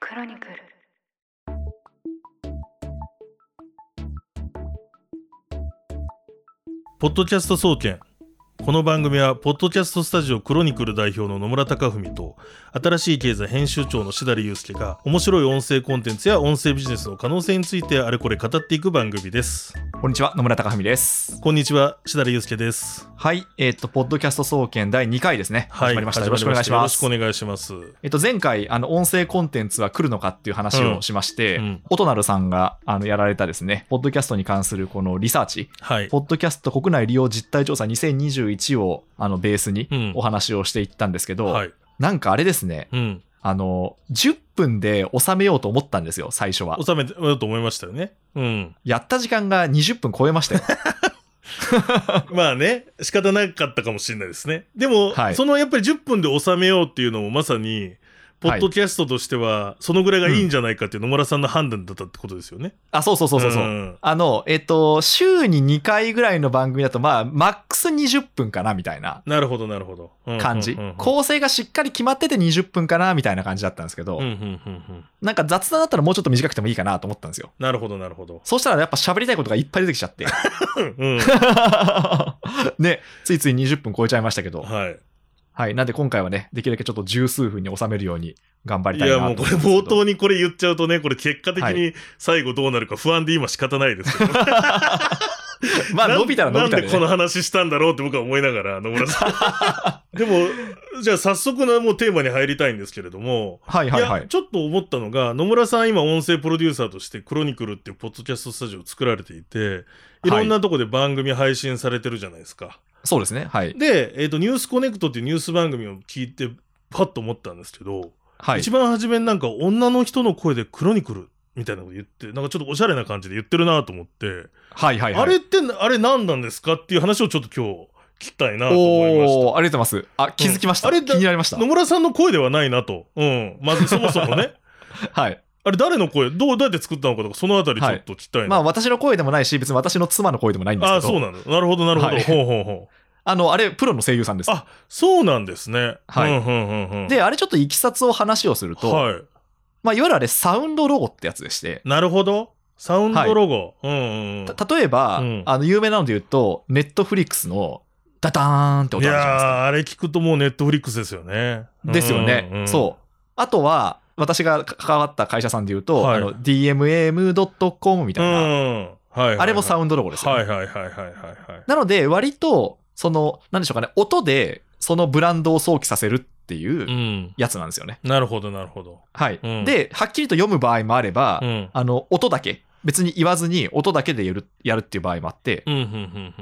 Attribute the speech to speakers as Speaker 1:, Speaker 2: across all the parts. Speaker 1: クロニクル
Speaker 2: ポッドキャスト総研この番組はポッドキャストスタジオクロニクル代表の野村貴文と新しい経済編集長の志り祐介が面白い音声コンテンツや音声ビジネスの可能性についてあれこれ語っていく番組です
Speaker 3: こんにちは野村貴文です
Speaker 2: こんにちは志り祐介です
Speaker 3: はいえっとポッドキャスト総研第2回ですね、
Speaker 2: は
Speaker 3: 始まりましたよろしくお願いします
Speaker 2: よろしくお願いします
Speaker 3: えっと、前回、あの、音声コンテンツは来るのかっていう話をしまして、
Speaker 2: うんうん
Speaker 3: 音なるさんが、あの、やられたですね、ポッドキャストに関するこのリサーチ、
Speaker 2: はい
Speaker 3: ポッドキャスト国内利用実態調査2021を、あの、ベース
Speaker 2: う
Speaker 3: に
Speaker 2: ん
Speaker 3: お話をしていったんですけど、
Speaker 2: はい
Speaker 3: なんかあれですね、
Speaker 2: うん
Speaker 3: あの、10分で収めようと思ったんですよ、最初は。
Speaker 2: 収めてようと思いましたよねうん
Speaker 3: やった時間が20分超えましたよ。
Speaker 2: まあね仕方なかったかもしれないですねでも、
Speaker 3: はい
Speaker 2: そのやっぱり10分で収めようっていうのもまさにポッドキャストとしてはそのぐらいがいいんじゃないかっていう野村さんの判断だったってことですよね。
Speaker 3: あ、そうそうそうそうそう。
Speaker 2: ん
Speaker 3: あの、えっと、週に2回ぐらいの番組だと、まあ、マックス20分かな、みたいな
Speaker 2: なるほどなるほど。うん
Speaker 3: 感じ、
Speaker 2: うんうんうん
Speaker 3: 構成がしっかり決まってて20分かなみたいな感じだったんですけど、
Speaker 2: うんうんうんうん
Speaker 3: なんか雑談だったらもうちょっと短くてもいいかなと思ったんですよ
Speaker 2: なるほどなる ほど。
Speaker 3: そうしたらやっぱ喋りたいことがいっぱい出てきちゃって
Speaker 2: うん
Speaker 3: ねついつい20分超えちゃいましたけど
Speaker 2: は
Speaker 3: はいなんで今回はねできるだけちょっと十数分に収めるように頑張
Speaker 2: い、
Speaker 3: り
Speaker 2: い
Speaker 3: たいな
Speaker 2: や
Speaker 3: と思
Speaker 2: もうん
Speaker 3: う
Speaker 2: こ
Speaker 3: です
Speaker 2: れ
Speaker 3: けど
Speaker 2: 冒頭にこれ言っちゃうとねこれ結果的
Speaker 3: は
Speaker 2: に最後どうなるか不安で今仕方ないですけど
Speaker 3: まあ
Speaker 2: な
Speaker 3: 伸びたら伸び
Speaker 2: な
Speaker 3: た
Speaker 2: ん
Speaker 3: で、
Speaker 2: で
Speaker 3: ね、
Speaker 2: この話したんだろうって僕は思いながら野村さ んでもじゃあ早速のもうテーマに入りたいんですけれども、
Speaker 3: はいはいはい
Speaker 2: やちょっと思ったのが野村さん今音声プロデューサーとして「クロニクル」っていうポッドキャストスタジオを作られていていろんなとこで番組配信されてるじゃないですか。
Speaker 3: そうですねはい
Speaker 2: で、えーと「ニュースコネクト」っていうニュース番組を聞いてパッと思ったんですけど、
Speaker 3: はい
Speaker 2: 一番初めになんか女の人の声で「クロニクル」みたいなこと言ってなんかちょっとおしゃれな感じで言ってるなと思って。
Speaker 3: はいはいはい
Speaker 2: あれってな、あれ何なんですかっていう話をちょっと今日聞きたいなと思いまし
Speaker 3: おーありがとうございますあ気づきました、
Speaker 2: あれだ
Speaker 3: 気になりました
Speaker 2: た。野村さんの声ではないなと。うん。まずそもそもね。
Speaker 3: はい
Speaker 2: あれ誰の声どう、どうやって作ったのかとか、そのあたりちょっと聞きたいな。
Speaker 3: まあ私の声でもないし別に私の妻の声でもないんですけ
Speaker 2: あ
Speaker 3: ど
Speaker 2: あ、そうなの。なるほど、なるほど。
Speaker 3: はい
Speaker 2: ほうほうほう。
Speaker 3: あの、あれ、プロの声優さんです。
Speaker 2: あ、そうなんですね。
Speaker 3: はい
Speaker 2: うんうんうんうん。
Speaker 3: で、あれちょっといきさつを話をすると、い
Speaker 2: は
Speaker 3: まあ、いわゆるあれ、サウンドロゴってやつでして
Speaker 2: い。、なるほど。サウンドロゴ。うんうんうん。
Speaker 3: た例えば、
Speaker 2: うん
Speaker 3: あの、有名なので言うと、ネットフリックスの、ダダーンって
Speaker 2: い
Speaker 3: 音あるじゃないです
Speaker 2: や
Speaker 3: か。
Speaker 2: ー、あれ聞くともうネットフリックスですよね。
Speaker 3: ですよね、
Speaker 2: うんうん
Speaker 3: そう。あとは、私がか関わった会社さんで言うと、
Speaker 2: はい
Speaker 3: あの dmam.com み
Speaker 2: う
Speaker 3: たいな、
Speaker 2: ん。はいはいはい。
Speaker 3: あれもサ
Speaker 2: ウン
Speaker 3: ウンドロゴですよ、
Speaker 2: は
Speaker 3: ね
Speaker 2: いはいはいはいはいはい。。
Speaker 3: なので、割と、その、なんでしょうかね、音で、そのブランドを想起させるっていううんやつなんですよね。
Speaker 2: なるほど、なるほど。
Speaker 3: はい、
Speaker 2: うん
Speaker 3: で、はっきりと読む場合もあれば、
Speaker 2: うん。
Speaker 3: あの、音だけ、別に言わずに音だけでやるやるっていう場合もあって
Speaker 2: う、ん、うん、うん、う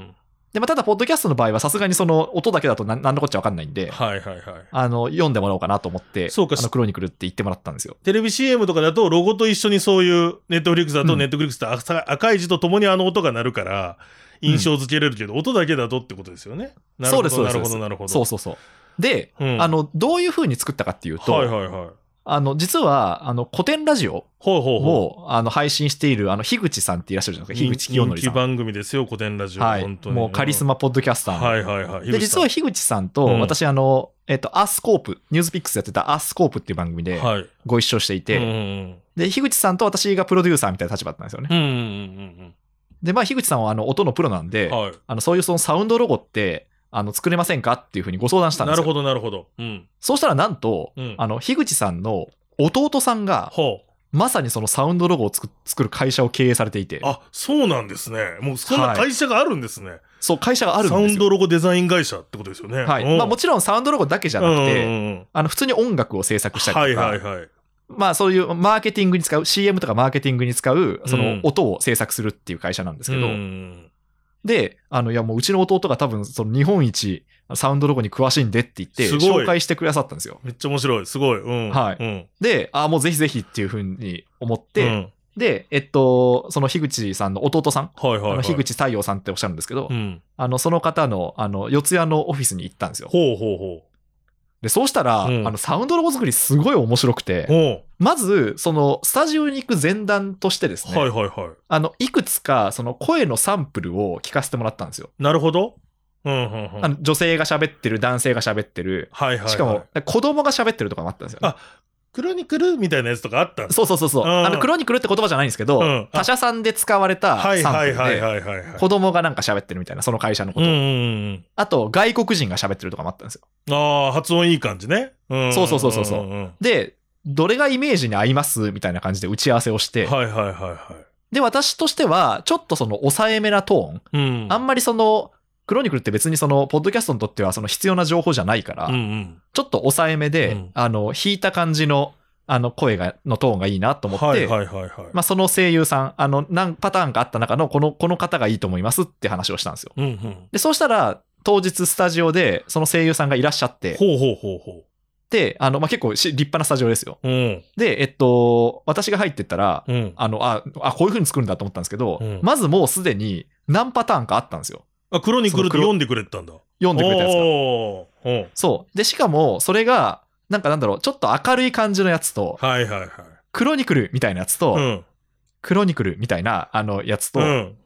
Speaker 2: ん。
Speaker 3: で、まあ、ただ、ポッドキャストの場合はさすがにその音だけだとな何のこっちゃわかんないんで、
Speaker 2: はいはいはい。
Speaker 3: あの、読んでもらおうかなと思って、
Speaker 2: そうか
Speaker 3: あの、クロニクルって言ってもらったんですよ。
Speaker 2: テレビ CM とかだと、ロゴと一緒にそういう、ネットフリックスだ
Speaker 3: う
Speaker 2: と、
Speaker 3: ん
Speaker 2: ネットフリックスって赤赤い字とともにあの音が鳴るから、印象付けれるけど、音だけだとってことですよね。なる
Speaker 3: そ
Speaker 2: ほ
Speaker 3: うで
Speaker 2: ど
Speaker 3: すそうで
Speaker 2: な
Speaker 3: す
Speaker 2: るほど、なるほど。
Speaker 3: そうそうそう。で、
Speaker 2: うん
Speaker 3: あの、どういう風に作ったかっていうと、
Speaker 2: はいはいはい。ほう
Speaker 3: あの、実は、あの、古典ラジオ
Speaker 2: ほうほう。
Speaker 3: を、あの、配信している、あの、樋口さんっていらっしゃるじゃないですか、
Speaker 2: 人
Speaker 3: 樋口清
Speaker 2: 人
Speaker 3: 則
Speaker 2: 気
Speaker 3: さん。
Speaker 2: 番組ですよ、古典ラジオ。
Speaker 3: はい。
Speaker 2: 本当に。
Speaker 3: もうカリス
Speaker 2: マ。
Speaker 3: マポッドキャスターの。
Speaker 2: はいはいはい。
Speaker 3: で、実は
Speaker 2: 樋
Speaker 3: 樋口さんと、
Speaker 2: うん
Speaker 3: 私、あの、えっと、アースコープ、ニュースピックスやってたアースコープっていう番組
Speaker 2: 口
Speaker 3: で
Speaker 2: さん、はい。
Speaker 3: ご一緒していて、
Speaker 2: うんうん
Speaker 3: で、樋口さんと私がプロデューサーみたいな立場だったんですよね。
Speaker 2: うん。うんうんうん
Speaker 3: で、まあ、樋口さんはあの音のプロなんで、
Speaker 2: うん。はい。
Speaker 3: あのそういうそのサウンドロゴってあの作れませんかっていうふうにご相談したんで
Speaker 2: な
Speaker 3: す
Speaker 2: る
Speaker 3: よ。
Speaker 2: ほど、なるほど。うん。
Speaker 3: そうしたらなんと、
Speaker 2: うん
Speaker 3: あの樋口さんの弟さんが
Speaker 2: ほう。
Speaker 3: まさにそのサウンドロゴを作作る会社を経営されていて、
Speaker 2: あ、そうなんですね。もうそんな会社があるんですね。
Speaker 3: そう会社があるん
Speaker 2: サ
Speaker 3: で
Speaker 2: ウ
Speaker 3: す
Speaker 2: ン
Speaker 3: よ。
Speaker 2: ドロゴデザイン会社ってことですよね。
Speaker 3: はい
Speaker 2: うん
Speaker 3: まあ、もちろんサウンドロゴだけじゃなくて、
Speaker 2: うんうんうん
Speaker 3: あの普通に音楽を制作した
Speaker 2: は
Speaker 3: り
Speaker 2: い
Speaker 3: とか、
Speaker 2: はいはい。
Speaker 3: まあ、そういうマーケティングに使う CM とかマーケティングに使うそ
Speaker 2: うん
Speaker 3: の音を制作するっていう会社なんですけど、
Speaker 2: うん
Speaker 3: で、あの、いやもううちの弟が多分その日本一サウンドロゴに詳しいんでって言って
Speaker 2: すごい
Speaker 3: 紹介してくださったんですよ。
Speaker 2: めっちゃ面白い。すごい。うん。
Speaker 3: はい
Speaker 2: うん。
Speaker 3: で、ああ、もうぜひぜひっていうふうに思って、
Speaker 2: うん
Speaker 3: で、えっと、その樋口さんの弟さん、
Speaker 2: はいはい、
Speaker 3: あ
Speaker 2: は
Speaker 3: の
Speaker 2: い。
Speaker 3: 樋口太陽さんっておっしゃるんですけど、
Speaker 2: うん。
Speaker 3: あの、その方の、あの、四谷のオフィスに行ったんですよ。
Speaker 2: ほうほうほ
Speaker 3: で、そうしたら、
Speaker 2: うん
Speaker 3: あの、サウンドロゴ作りすごい面白く
Speaker 2: う。
Speaker 3: て、
Speaker 2: ほ
Speaker 3: まず、その、スタジオに行く前段としてです
Speaker 2: う。はい
Speaker 3: ね、
Speaker 2: はいは
Speaker 3: あの、いくつか、その、声のサンプルを聞かせてもらったんですよ。
Speaker 2: い。なるほど。うんうんうん。
Speaker 3: あの女性が喋ってる、男性が喋ってる、
Speaker 2: はいはい、はい。
Speaker 3: しかも、子供が喋ってるとかもあったんですよね、
Speaker 2: あクロニクルみたいなやつとかあったんです
Speaker 3: そうそうそうそう、
Speaker 2: うん
Speaker 3: あのクロニクルって言葉じゃないんですけど、
Speaker 2: うん
Speaker 3: 他社さんで使われた
Speaker 2: はい
Speaker 3: サンプ
Speaker 2: はい
Speaker 3: ル
Speaker 2: はい
Speaker 3: で
Speaker 2: はいはいはい。
Speaker 3: 子供がなんか喋ってるみたいなその会社のこ
Speaker 2: うん
Speaker 3: と、
Speaker 2: うんうん。
Speaker 3: あと外国人が喋ってるとかもあったんですよ
Speaker 2: ああ、発音いい感じね。うん
Speaker 3: そうそうそうそうそうん
Speaker 2: んん
Speaker 3: でどれがイメージに合いますみたいな感じで打ち合わせをして、
Speaker 2: はいはいはいは
Speaker 3: で私としてはちょっとその抑えめなトーン
Speaker 2: い。うん。
Speaker 3: あんまりそのクロニクルって別にそのポッドキャストにとってはその必要な情報じゃないから、
Speaker 2: うんうん。
Speaker 3: ちょっと抑えめで、
Speaker 2: うん
Speaker 3: あの引いた感じのあの声がのトーンがいいなと思って、
Speaker 2: はいはいはいはい。
Speaker 3: まあ、その声優さんあの何パターンかあった中のこのこの方がいいと思いますって話をしたんですよ
Speaker 2: うんうん。
Speaker 3: でそうしたら当日スタジオでその声優さんがいらっしゃって
Speaker 2: ほうほうほうほ
Speaker 3: であの、まあ、結構し立派なスタジオですよ
Speaker 2: う。うん。
Speaker 3: でえっと私が入ってったら
Speaker 2: うん。
Speaker 3: あのああこういう風に作るんだと思ったんですけど、
Speaker 2: うん
Speaker 3: まずもうすでに何パターンかあったんですよ
Speaker 2: あ、クロニクルって
Speaker 3: その黒
Speaker 2: 読んでくれてたんだ。
Speaker 3: 読んでくれたやつ
Speaker 2: お
Speaker 3: が
Speaker 2: ーおー
Speaker 3: そうでしかもそれがなんかなんだろうちょっと明るい感じのやつと
Speaker 2: はいはいはい。
Speaker 3: クロニクルみたいなやつと、
Speaker 2: うん。
Speaker 3: クロニクルみたいなあのやつと、
Speaker 2: うん。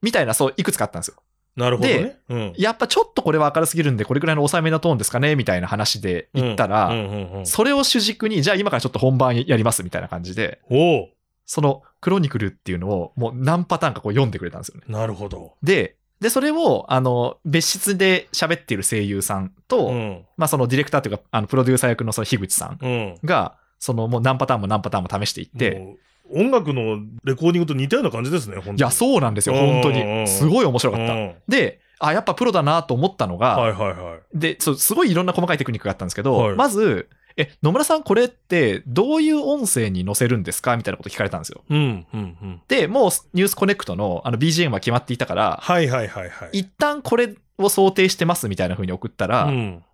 Speaker 3: みたいなそういくつかあったんですよ
Speaker 2: なるほどね。うん。
Speaker 3: やっぱちょっとこれは明るすぎるんで、これくらいの抑えめなトーンですかねみたいな話で言ったら、
Speaker 2: うんうんうん
Speaker 3: それを主軸に、じゃあ今からちょっと本番やりますみたいな感じで、
Speaker 2: お
Speaker 3: そのクロニクルっていうのをもう何パターンかこう読んでくれたんですよね。
Speaker 2: おなるほど。
Speaker 3: で、で、それを、あの、別室で喋っている声優さんと、
Speaker 2: うん。
Speaker 3: まあそのディレクターというか、あの、プロデューサー役のその樋口さん
Speaker 2: うん。
Speaker 3: が、そのもう何パターンも何パターンも試していって、
Speaker 2: もう、音楽のレコーディングと似たような感じですね、本当に。
Speaker 3: いや、そうなんですよ、本当
Speaker 2: うんうんうん
Speaker 3: に。すごい面白
Speaker 2: う
Speaker 3: か
Speaker 2: ん
Speaker 3: った。で、あ、やっぱプロだなと思ったのが、
Speaker 2: はいはいはい。
Speaker 3: でそうすごいいろんな細かいテクニックがあったんですけど、
Speaker 2: はい
Speaker 3: まずえ野村さんこれってどういう音声に載せるんですかみたいなこと聞かれたんですよ
Speaker 2: うんうんうん。
Speaker 3: でもうニュースコネクトのあの BGM は決まっていたから
Speaker 2: はいはいはいはい。
Speaker 3: 一旦これを想定してますみたいな風に送ったら、
Speaker 2: うん。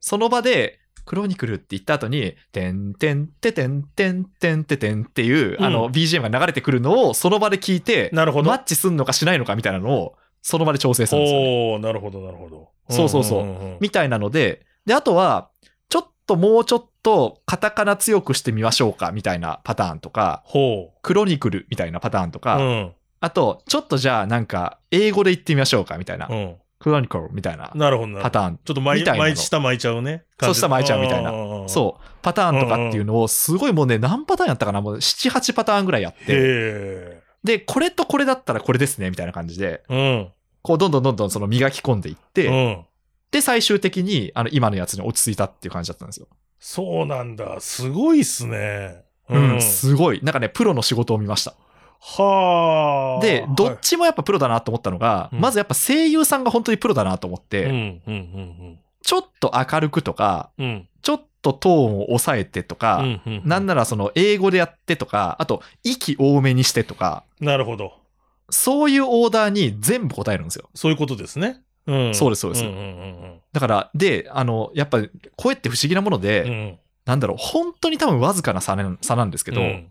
Speaker 3: その場でクロニクルって言った後に「てんてんててんてんてんててん」っていう、あ
Speaker 2: う
Speaker 3: の
Speaker 2: ん
Speaker 3: BGM が流れてくるのをその場で聞いて
Speaker 2: なるほど
Speaker 3: マッチすんのかしないのかみたいなのをその場で調整するんですよ、ね、
Speaker 2: おおなるほどなるほど。
Speaker 3: そうそうそうん
Speaker 2: んんん
Speaker 3: みたいなので、で、あとは、ちょっともうちょっとカタカナ強くしてみましょうかみたいなパターンとか、
Speaker 2: ほう。
Speaker 3: クロニクルみたいなパターンとか、
Speaker 2: うん。
Speaker 3: あと、ちょっとじゃあなんか英語で言ってみましょうかみたいな、
Speaker 2: うん。
Speaker 3: クロニクルみたいな
Speaker 2: なるほどなるほ
Speaker 3: パ
Speaker 2: ど。
Speaker 3: ターン、
Speaker 2: ちょっと巻い
Speaker 3: みたいなの
Speaker 2: 巻い下巻いちゃうね。
Speaker 3: そう下巻いちゃうみたいな
Speaker 2: う。
Speaker 3: そう、パターンとかっていうのをすごいもうね、何パターンやったかなもう7、8パターンぐらいやって、
Speaker 2: へ
Speaker 3: で、これとこれだったらこれですねみたいな感じで、
Speaker 2: え。うん。
Speaker 3: こうどんどんどんどんその磨き込んでいって、
Speaker 2: うん。
Speaker 3: で、最終的にあの今のやつに落ち着いたっていう感じだったんですよ。
Speaker 2: そうなんだ。すごいっすね。
Speaker 3: うん、すごい。なんかね、プロの仕事を見ました。
Speaker 2: はあ。
Speaker 3: で、どっ
Speaker 2: ち
Speaker 3: ちもやっぱプロだなと思ったのが、
Speaker 2: うん
Speaker 3: まずやっぱ声優さんが本当にプロだなと思って、
Speaker 2: うんうんうん
Speaker 3: ちょっと明るくとか、
Speaker 2: うん。うん。
Speaker 3: ちょっとトーンを抑えてとか、
Speaker 2: うんうんうん
Speaker 3: なんならその英語でやってとか、あと息多めにしてとか、
Speaker 2: なるほど。
Speaker 3: そういうオーダーに全部答えるんですよ。
Speaker 2: そういうことですね。うん。
Speaker 3: そうですそうです
Speaker 2: んうんうん
Speaker 3: だから、で、あの、やっぱ声って不思議なもので、
Speaker 2: うん。うん。
Speaker 3: なんだろう、本当に多分わずかな差な差なんですけど、
Speaker 2: うん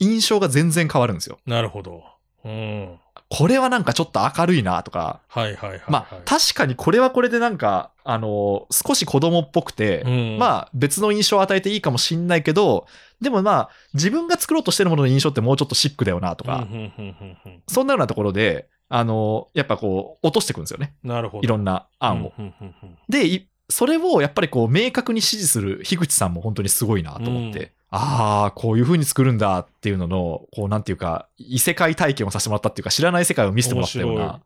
Speaker 3: 印象が全然変わるんですよ。
Speaker 2: なるほど。うん。
Speaker 3: これはなんかちょっと明るいなとか、
Speaker 2: はいはいはいはい。
Speaker 3: まあ、確かにこれはこれでなんか、あの少し子供っぽくて、
Speaker 2: うん
Speaker 3: まあ別の印象を与えていいかもしんないけど、でもまあ自分が作ろうとしてるものの印象ってもうちょっとシックだよなとか、
Speaker 2: うんうんうんうんうん
Speaker 3: そんなようなところで、あのやっぱこう落としていくんですよね。
Speaker 2: なるほど。
Speaker 3: いろんな案を。
Speaker 2: うんうんうん
Speaker 3: で、いそれをやっぱりこう明確に指示する樋口さんも本当にすごいなと思って、
Speaker 2: うん
Speaker 3: ああ、こういう風に作るんだっていうのの、こうなんていうか、異世界体験をさせてもらったっていうか、知らない世界を見せてもらったよう
Speaker 2: 面白い
Speaker 3: な、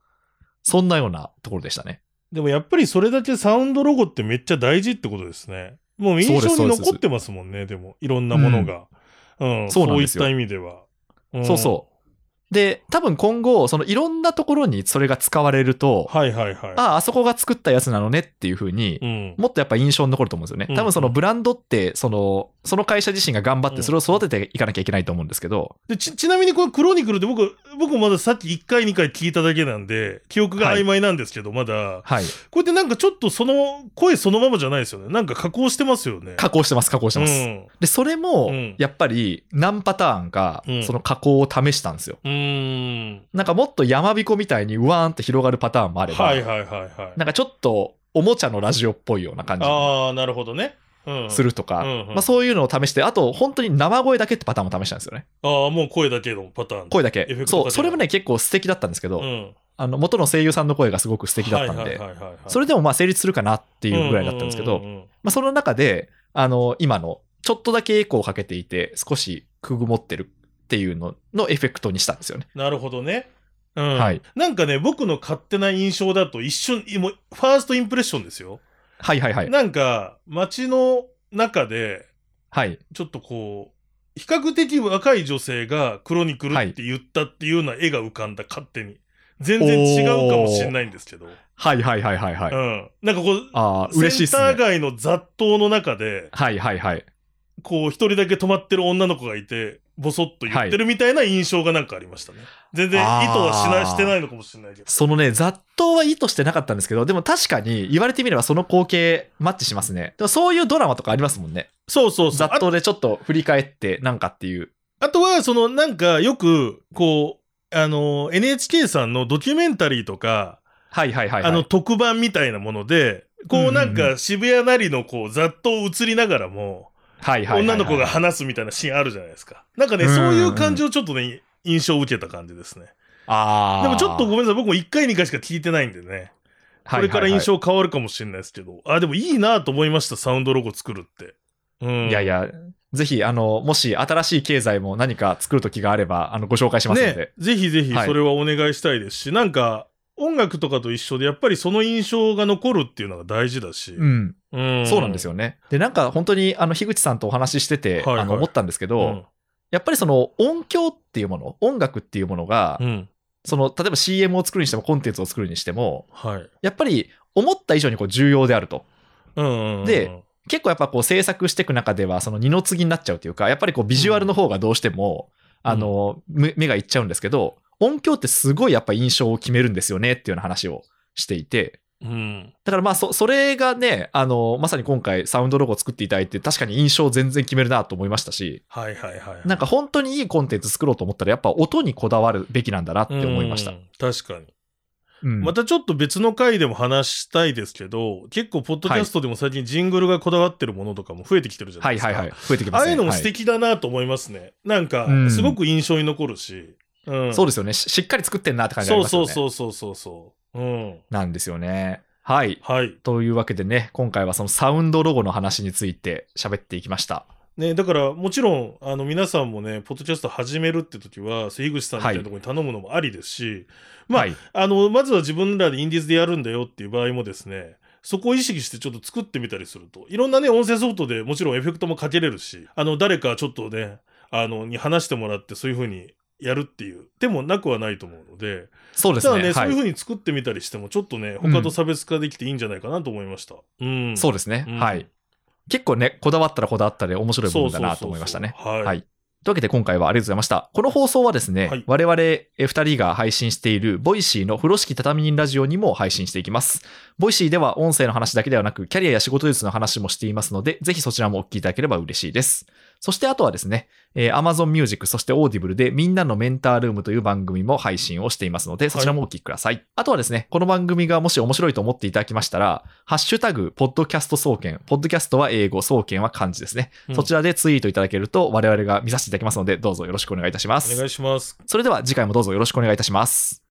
Speaker 3: そんなようなところでしたね。
Speaker 2: でもやっぱりそれだけサウンドロゴってめっちゃ大事ってことですね。もう印象に残ってますもんね、でもいろんなものが。うん、
Speaker 3: そうなん
Speaker 2: い
Speaker 3: で
Speaker 2: っ
Speaker 3: すよ
Speaker 2: た意味では。ん
Speaker 3: そうそう。で、多分今後、そのいろんなところにそれが使われると、
Speaker 2: はいはいはい。
Speaker 3: ああ、あそこが作ったやつなのねっていう風に、
Speaker 2: うん。
Speaker 3: もっとやっぱ印象に残ると思うんです
Speaker 2: う
Speaker 3: よね。
Speaker 2: ん
Speaker 3: 多分そのブランドって、その、その会社自身が頑張っ
Speaker 2: うん
Speaker 3: てそれを育てていかなきゃいけないと思うんですけど、
Speaker 2: でちちなみにこのクロニクルって僕、僕まださっき1回2回聞いただけなんで、記憶が曖昧なんですけど、まだ。
Speaker 3: はい。
Speaker 2: これってなんかちょっとその声そのままじゃないですよね。なんか加工してますよね。
Speaker 3: 加工してます、加工してます。
Speaker 2: うん。
Speaker 3: で、それも
Speaker 2: うん、
Speaker 3: やっぱり何パターンか
Speaker 2: うん、
Speaker 3: その加工を試したんですよ。
Speaker 2: うーん。
Speaker 3: なんかもっと山彦みたいにうわーんって広がるパターンもあれば、
Speaker 2: はいはいはいはい。
Speaker 3: なんかちょっとおもちゃのラジオっぽいような感じに
Speaker 2: ああ、なるほどね。うん。
Speaker 3: するとか、
Speaker 2: うんうん
Speaker 3: まあ、そういうのを試して、あと本当に生声だけってパターンも試したんですよね。
Speaker 2: ああ、もう声だけのパターン。
Speaker 3: 声だ
Speaker 2: エフェ
Speaker 3: け。
Speaker 2: クトだけ
Speaker 3: そ
Speaker 2: だ
Speaker 3: う、それもね、結構素敵だったんですけど、
Speaker 2: うん。
Speaker 3: あの元の声優さんの声がすごく素敵だったんで、
Speaker 2: はいはいはいはいはい
Speaker 3: それでもまあ成立するかなっ
Speaker 2: て
Speaker 3: ていうぐらいだったんですけど、
Speaker 2: うんうんうんうん
Speaker 3: まあ、その中で、あの今のちょっとだけエコーかけていて、少しくぐもってるっていうののエフェクトにしたんですよね。
Speaker 2: なるほどね。うん。
Speaker 3: はい。
Speaker 2: なんかね、僕の勝手な印象だと一瞬、もうファーストインプレッションですよ。
Speaker 3: はいはいはい。
Speaker 2: なんか、街の中で、
Speaker 3: はい。
Speaker 2: ちょっとこう、比較的若い女性がクロニクルって言ったっていうような絵が浮かんだ、勝手に。全然違うかもしれないんですけど。
Speaker 3: はいはいはいはいはい。
Speaker 2: うん。なんかこう、
Speaker 3: ああ、嬉しい
Speaker 2: セ
Speaker 3: っす
Speaker 2: ンター
Speaker 3: ね。
Speaker 2: 街の雑踏の中で、
Speaker 3: はいはいはい。
Speaker 2: こう、一人だけ止まってる女の子がいて、ボソッと言ってるみたいな印象がなんかありましたね。全然意図はしな
Speaker 3: あー
Speaker 2: してないのかもしれないけど。
Speaker 3: そのね、雑踏は意図してなかったんですけど、でも確かに言われてみればその光景マッチしますね。でもそういうドラマとかありますもんね。
Speaker 2: そうそうそ
Speaker 3: 雑
Speaker 2: う。あ
Speaker 3: 踏でちょっと振り返ってなんかっていう。
Speaker 2: あとは、その、なんか、よく、こう、あの、NHK さんのドキュメンタリーとか、
Speaker 3: はいはいはい、はい。
Speaker 2: あの、特番みたいなもので、こう、なん
Speaker 3: うんうんう
Speaker 2: か、渋谷なりの、こう、雑踏映りながらも、
Speaker 3: はいはいはい
Speaker 2: 女
Speaker 3: はい
Speaker 2: の子が話すみたいなシーンあるじゃないですか。なんかね、
Speaker 3: うんうん
Speaker 2: そういう感じをちょっとね、印象を受けた感じですね。
Speaker 3: ああ。
Speaker 2: でもちょっとごめんなさい、僕も1回2回しか聞いてないんでね。これから印象変わるかもしれないですけど。あ、でもいいなと思いました、サウンドロゴ作るって。うん。
Speaker 3: いやい
Speaker 2: や。
Speaker 3: や、ぜひ、あの、もし新しい経済も何か作る時があれば、あの、ご紹介しますので。
Speaker 2: ね、ぜひぜひ
Speaker 3: はい
Speaker 2: それはお願いしたいですし、なんか音楽とかと一緒でやっぱりその印象が残るっていうのが大事だし、
Speaker 3: うん、
Speaker 2: うん
Speaker 3: そうなんです
Speaker 2: よ、
Speaker 3: よね。で、なんか本当に、あの、樋口さんとお話ししてて、
Speaker 2: はいはい
Speaker 3: あの思ったんですけ
Speaker 2: う
Speaker 3: ど、
Speaker 2: ん
Speaker 3: やっぱりその音響っていうもの、音楽っていうものが、
Speaker 2: うん
Speaker 3: その、例えば CM を作るにしても、コンテンツを作るにしても、
Speaker 2: はい
Speaker 3: やっぱり思った以上にこう重要であると。
Speaker 2: うんうんうん、
Speaker 3: で結構やっぱこう制作していく中ではその二の次になっちゃうというかやっぱりこうビジュアルの方がどうしても、
Speaker 2: うん
Speaker 3: あの目目がいっちゃうんですけど音響ってすごいやっぱ印象を決めるんですよねっていうような話をしていて
Speaker 2: うん、
Speaker 3: だからまあそそれがねあのまさに今回サウンドロゴ作っていただいて確かに印象を全然決めるなと思いましたし
Speaker 2: はいはいはい
Speaker 3: なんか本当にいいコンテンツ作ろうと思ったらやっぱ音にこだわるべきなんだなって思いました
Speaker 2: う。ん確かに
Speaker 3: うん
Speaker 2: またちょっと別の回でも話したいですけど結構ポッドキャストでも最近ジングルがこだわってるものとかも増えてきてるじゃな
Speaker 3: はいい
Speaker 2: ですか、
Speaker 3: はいはい増えてきま
Speaker 2: あ
Speaker 3: す
Speaker 2: あ
Speaker 3: ね。
Speaker 2: いうのも
Speaker 3: は
Speaker 2: 素敵だなと思いますね、なんか
Speaker 3: うん
Speaker 2: すごく印象に残るし、うん、
Speaker 3: そう
Speaker 2: で
Speaker 3: ですよねししっかり作ってんなって感じがあ
Speaker 2: そ
Speaker 3: り
Speaker 2: う
Speaker 3: ます
Speaker 2: そ
Speaker 3: よね。
Speaker 2: うそうそうそうそううん
Speaker 3: なんですよね。はい。
Speaker 2: はい
Speaker 3: というわけでね、今回はそのサウンドロゴの話について喋っていきました。
Speaker 2: ね、だからもちろんあの皆さんもねポッドキャスト始めるって時は関口さんみたいなところに頼むのもありですし、まあ
Speaker 3: はい、
Speaker 2: あのまずは自分らでインディーズでやるんだよっていう場合もですねそこを意識してちょっと作ってみたりするといろんなね音声ソフトでもちろんエフェクトもかけれるしあの誰かちょっとねあのに話してもらってそういう風にやるっていう手もなくはないと思うので
Speaker 3: そうです
Speaker 2: ただね
Speaker 3: ね。
Speaker 2: そう
Speaker 3: はいいう
Speaker 2: 風に作ってみたりしてもちょっとね他と差別化できていいんじゃないかなと思いました。うん、
Speaker 3: そうですね、
Speaker 2: うん
Speaker 3: はい。結構ね、こだわったらこだわったで面白い部分だなと思いました
Speaker 2: そ
Speaker 3: ね。
Speaker 2: うそうそうそうは
Speaker 3: はいいというわけで今回はありがとうございました。この放送はですね、
Speaker 2: はい
Speaker 3: 我々2人が配信しているボイシーの風呂敷畳人ラジオにも配信していきます。ボイシーでは音声の話だけではなく、キャリアや仕事術の話もしていますので、ぜひそちらもお聞きいただければ嬉しいです。そしてあとはですね、えー Amazon Music、そして Audible でみんなのメンタールームという番組も配信をしていますので、そちらもお聞きください。あとはですね、この番組がもし面白いと思っていただきましたら、ハッシュタグ、ポッドキャスト総研、ポッドキャストは英語、総研は漢字ですね。
Speaker 2: うん
Speaker 3: そちらでツイートいただけると我々が見させていただきますので、どうぞよろしくお願いいたしま
Speaker 2: お願
Speaker 3: す。
Speaker 2: いします。
Speaker 3: それでは次回もどうぞよろしくお願いいたします。